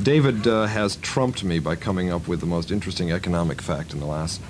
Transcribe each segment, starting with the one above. David uh, has trumped me by coming up with the most interesting economic fact in the last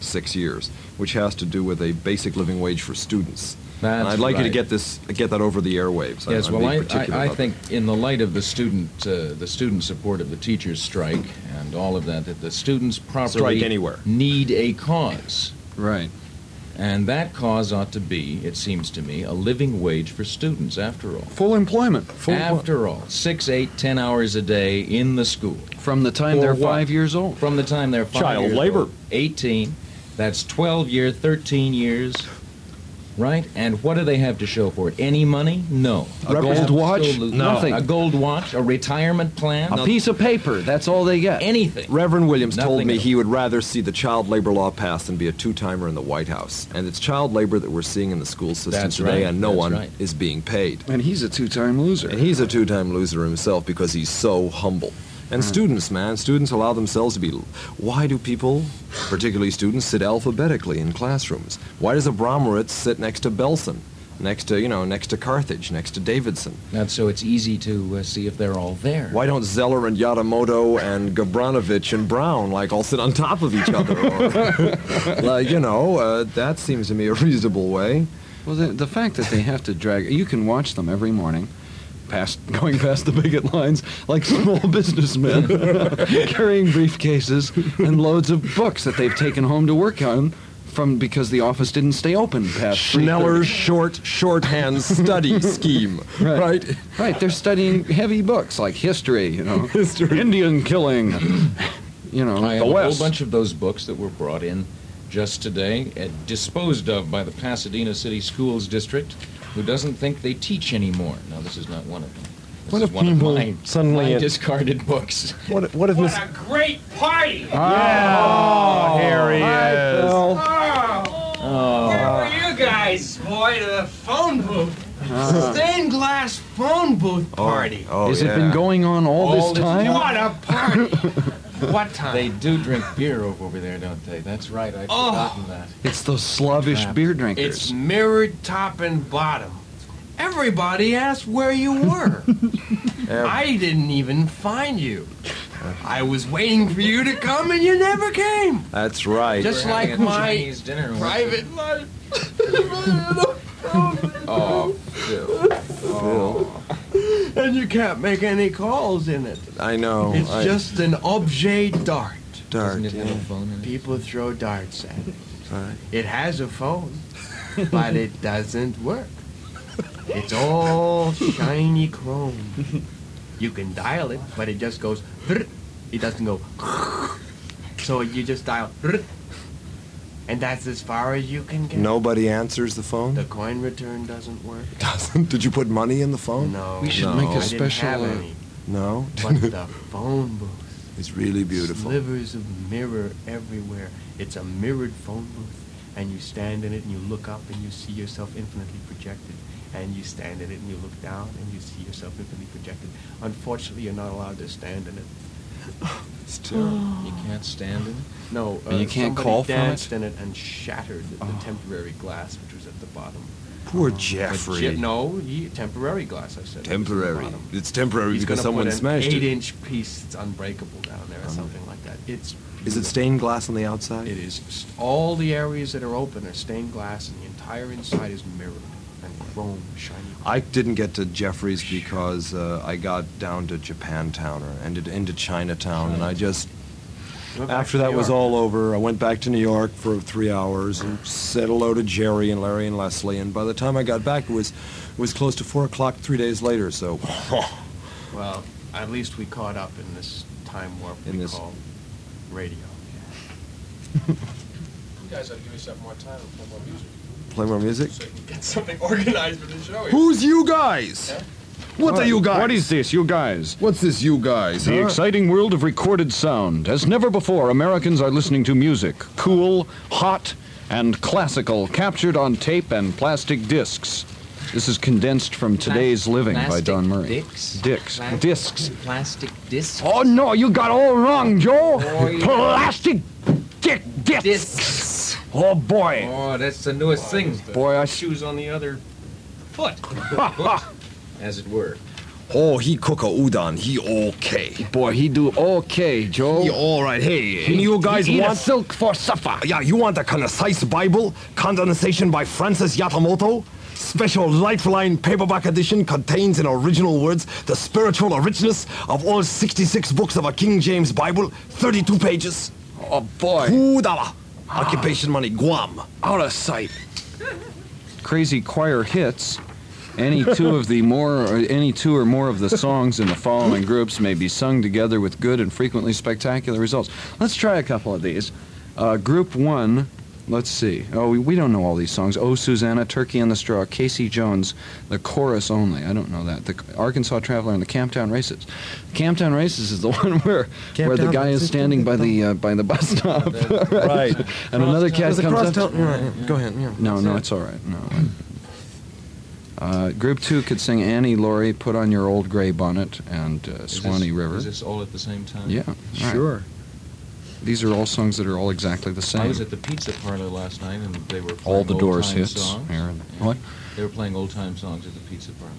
six years, which has to do with a basic living wage for students. and That's I'd like you to right. get this, get that over the airwaves. I- Yes, I'm well, being I, particular I, I about that. think in the light of the student, uh, the student support of the teachers' strike and all of that, that the students properly Strike anywhere. need a cause, Right. and that cause ought to be, it seems to me, a living wage for students. After all, Full employment. Full after all, six, eight, ten hours a day in the school from the time For they're what? five years old. from the time they're five Child years labor. old, eighteen. That's twelve year, thirteen years. Right? And what do they have to show for it? Any money? No. A gold watch? Absolutely No. A gold watch? A retirement plan? A piece of paper. That's all they get. anything. Reverend Williams told Nothing me at all. he would rather see the child labor law passed than be a two-timer in the White House. And it's child labor that we're seeing in the school system That's today, right. and no That's one right. is being paid. And he's a two-time loser. And he's a two-time loser himself because he's so humble. And students, man, students allow themselves to be. Why do people, particularly students, sit alphabetically in classrooms? Why does Abramowitz sit next to Belson, next to you know, next to Carthage, next to Davidson? Not so it's easy to uh, see if they're all there. Why don't Zeller and Yadamoto and Gabranovich and Brown like all sit on top of each other? Or, like, you know, uh, that seems to me a reasonable way. Well, the, the fact that they have to drag, you can watch them every morning, past going past the picket lines like small businessmen carrying briefcases and loads of books that they've taken home to work on from because the office didn't stay open past Schneller's 3:30. short shorthand study scheme, Right. right? Right, they're studying heavy books like history, you know, history, Indian killing, you know, I have the a West. whole bunch of those books that were brought in just today, uh, disposed of by the Pasadena City Schools District, who doesn't think they teach anymore. Now, this is not one of them. This What is if one of people my, suddenly- my discarded books. What, what if Miss What a great party! Harry Oh, where were you guys, boy? To the phone booth, stained glass phone booth party. Oh, Has it been going on all, All this this time? time? What a party! what time? They do drink beer over over there, don't they? That's right. I've Oh. forgotten that. It's those Slavish Crap. beer drinkers. it's mirrored top and bottom. Everybody asked where you were. I didn't even find you. I was waiting for you to come and you never came. That's right. Just We're having like a my Chinese dinner. and we're- Private life. Oh, Phil. And you can't make any calls in it. I know. It's Oh, I- just an objet dart. dark. Doesn't it have a yeah. phone in it? People throw darts at it. Right. It has a phone, but it doesn't work. It's all shiny chrome. You can dial it, but it just goes. "Brr." It doesn't go. So you just dial. "Brr," And that's as far as you can get. Nobody answers the The phone. coin return doesn't work. Doesn't? Did you put money in the phone? No. We should no. make a I didn't special, have uh, any. No. But the phone booth. It's really beautiful. Slivers of mirror everywhere. It's a mirrored phone booth, and you stand in it and you look up and you see yourself infinitely projected. And you stand in it and you look down and you see yourself infinitely projected. Unfortunately, you're not allowed to stand in it. It's terrible. You can't stand it. No, uh, And you can't somebody call from it? Oh. danced in it and shattered the temporary glass which was at the bottom. Poor But Jeffrey. Je- no, ye- temporary glass. I said it was at the Temporary. bottom. It's temporary He's because gonna put someone an smashed it. Um, Eight-inch piece that's unbreakable down there or something like that. It's. Is it beautiful. stained glass on the outside? It is s- all the areas that are open are stained glass, and the entire inside is mirrored and chrome shiny. I didn't get to Jeffrey's because uh, I got down to Japantown or ended into Chinatown, and I just Went back after to that New was York. all over, I went back to New York for three hours and said hello to Jerry and Larry and Leslie. And by the time I got back, it was it was close to four o'clock three days later. So Well, at least we caught up in this time warp In we this- call radio. You guys ought to give yourself more time and play more music play more music. so you can get something organized for the show. here. Who's you guys? What are you guys? What is this, you guys? What's this you guys? The huh? exciting world of recorded sound. As never before, Americans are listening to music. Cool, hot, and classical, captured on tape and plastic discs. This is condensed from Today's Living by Plastic Don Murray. Dicks? Dicks. Plastic- Discs. Plastic discs. Oh, no, you got all wrong, Joe. Plastic dick discs. Discs. Oh, boy. Oh, that's the newest thing. Boy, I Shoes on the other foot, as it were. Oh, he cook a udon. He okay. Boy, he do okay, Joe. He all right. Hey, and you guys He eat a want silk for supper. Yeah, you want the concise Bible, condensation by Francis Yatamoto? Special Lifeline paperback edition contains in original words the spiritual richness of all 66 books of a King James Bible, 32 pages. Oh boy, Two dollar. Occupation money, Guam. out of sight. Crazy choir hits. Any two of the more, or any two or more of the songs in the following groups may be sung together with good and frequently spectacular results. Let's try a couple of these. Uh, group one. Let's see. Oh, we, we don't know all these songs. Oh, Susanna, Turkey on the Straw, Casey Jones, the chorus only. I don't know that. The Arkansas Traveler and the Camptown Races. Camptown Races is the one where where the Camptown guy is Races, standing by the uh, by the bus stop. Right. And another cat comes up. to- Go ahead. Yeah. no, no, it's all right. No. Uh, group two could sing Annie Laurie, "Put on Your Old Gray Bonnet," and uh, Is Swanee this, River. Is this all at the same time? yeah, all right. These are all songs that are all exactly the same. I was at the pizza parlor last night, and they were playing all the old Doors time hits. Songs. Here and- What? Mm-hmm. They were playing old time songs at the pizza parlor.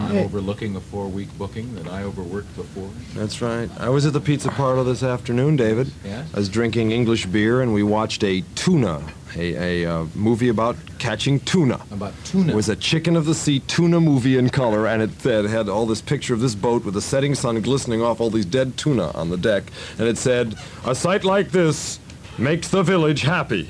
I'm overlooking a four week booking that I overworked before. That's right. I was at the pizza parlor this afternoon, David. Yes? I was drinking English beer and we watched a tuna, a, a uh, movie about catching tuna. About tuna. It was a chicken of the sea tuna movie in color, and it, said- had all this picture of this boat with the setting sun glistening off all these dead tuna on the deck, and it said, "A sight like this makes the village happy,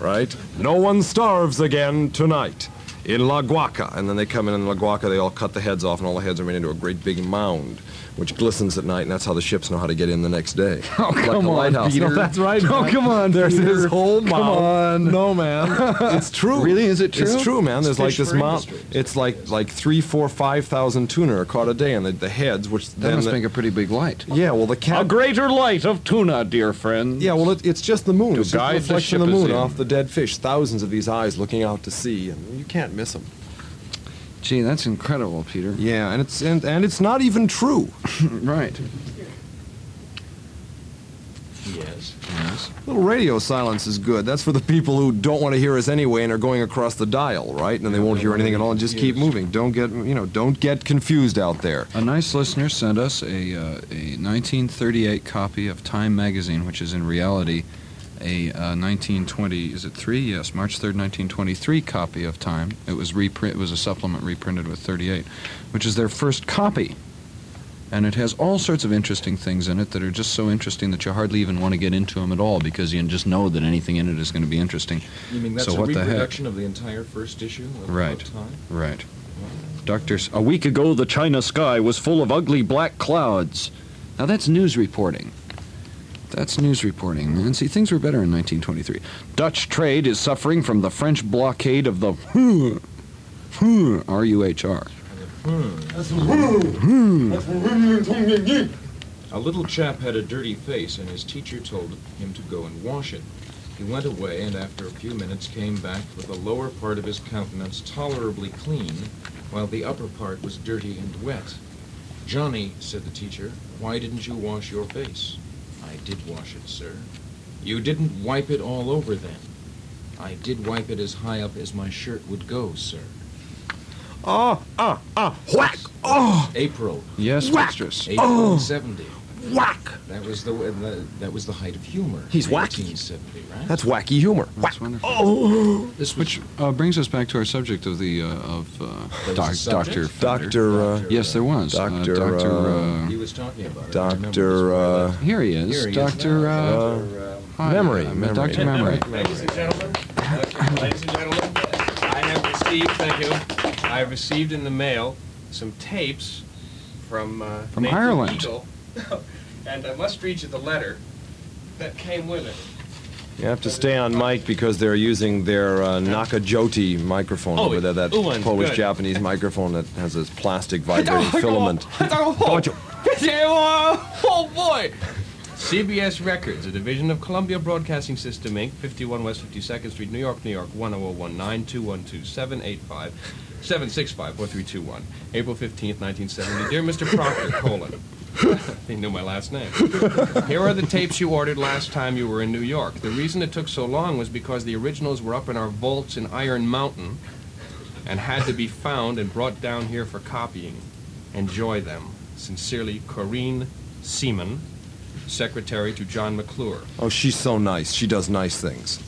right? No one starves again tonight." In La Guaca, and then they come in in La Guaca, they all cut the heads off, and all the heads are made into a great big mound, which glistens at night, and that's how the ships know how to get in the next day. Oh, like come a on, lighthouse. Peter. No, that's right. Oh, come on, There's Peter. this whole Come mound. on. No, man. It's true. Really? Is it true? It's true, man. There's It's like fish this for mound. industry. It's like like three, four, five thousand tuna are caught a day, and the, the heads, which That then must the- make a pretty big light. yeah, well the cat. greater light of tuna, dear friend. yeah, well it, it's just the moon. To It's just guide the the reflection of ship the is moon in. off the dead fish. Thousands of these eyes looking out to sea, and you can't miss them. Gee, that's incredible, Peter. Yeah, and it's and, and it's not even true. right. Yes. Yes. Little radio silence is good. That's for the people who don't want to hear us anyway and are going across the dial, right? And then they won't hear anything at all and just keep Yes. moving. Don't get you know, don't get confused out there. A nice listener sent us a, uh, a 1938 copy of Time magazine, which is in reality a uh, 1920 is it three? Yes, March 3rd, 1923 copy of Time. It was reprint. It was a supplement reprinted with 38, which is their first copy, and it has all sorts of interesting things in it that are just so interesting that you hardly even want to get into them at all because you just know that anything in it is going to be interesting. You mean that's So a what the heck? reproduction of the entire first issue of Right. About Time? Right. Doctors, a week ago the China sky was full of ugly black clouds. Now that's news reporting. That's news reporting, man. See, things were better in 1923. Dutch trade is suffering from the French blockade of the RUHR. A little chap had a dirty face, and his teacher told him to go and wash it. He went away, and after a few minutes came back with the lower part of his countenance tolerably clean, while the upper part was dirty and wet. Johnny, said the teacher, why didn't you wash your face? I did wash it, sir. You didn't wipe it all over then. I did wipe it as high up as my shirt would go, sir. Oh, ah, ah, whack! Oh, April, Yes, Whack! mistress. April oh seventy. whack! That was the, the that was the height of humor. He's wacky. 1870, right? That's wacky humor. That's Whack! wonderful. Oh, This was Which uh, brings us back to our subject of the uh, of uh, There's doc- a subject? Doctor Doctor, uh, Yes, there was Uh, Doctor, Doctor. uh, Uh, he was talking about. it. I remember this Doctor, well. uh, here he is, Here he is Doctor. now. uh, hi, Memory, uh, memory. Doctor Memory. Ladies and gentlemen, ladies and gentlemen, I have received, thank you, I have received in the mail some tapes from uh, From Nathan Ireland. Eagle, and I must read you the letter that came with it. you have to stay on mic because they're using their uh, Nakajoti microphone Oh, over there, that ooh, and Polish good. Japanese microphone that has this plastic vibrating filament. Don't you- Oh boy! CBS Records, a division of Columbia Broadcasting System, Inc., 51 West 52nd Street, New York, New York, 10019 212 785 765 4321. April 15th, 1970. Dear Mr. Proctor, colon. He knew my last name. Here are the tapes you ordered last time you were in New York. The reason it took so long was because the originals were up in our vaults in Iron Mountain and had to be found and brought down here for copying. Enjoy them. Sincerely, Corrine Seaman, Secretary to John McClure. Oh, she's so nice. She does nice things.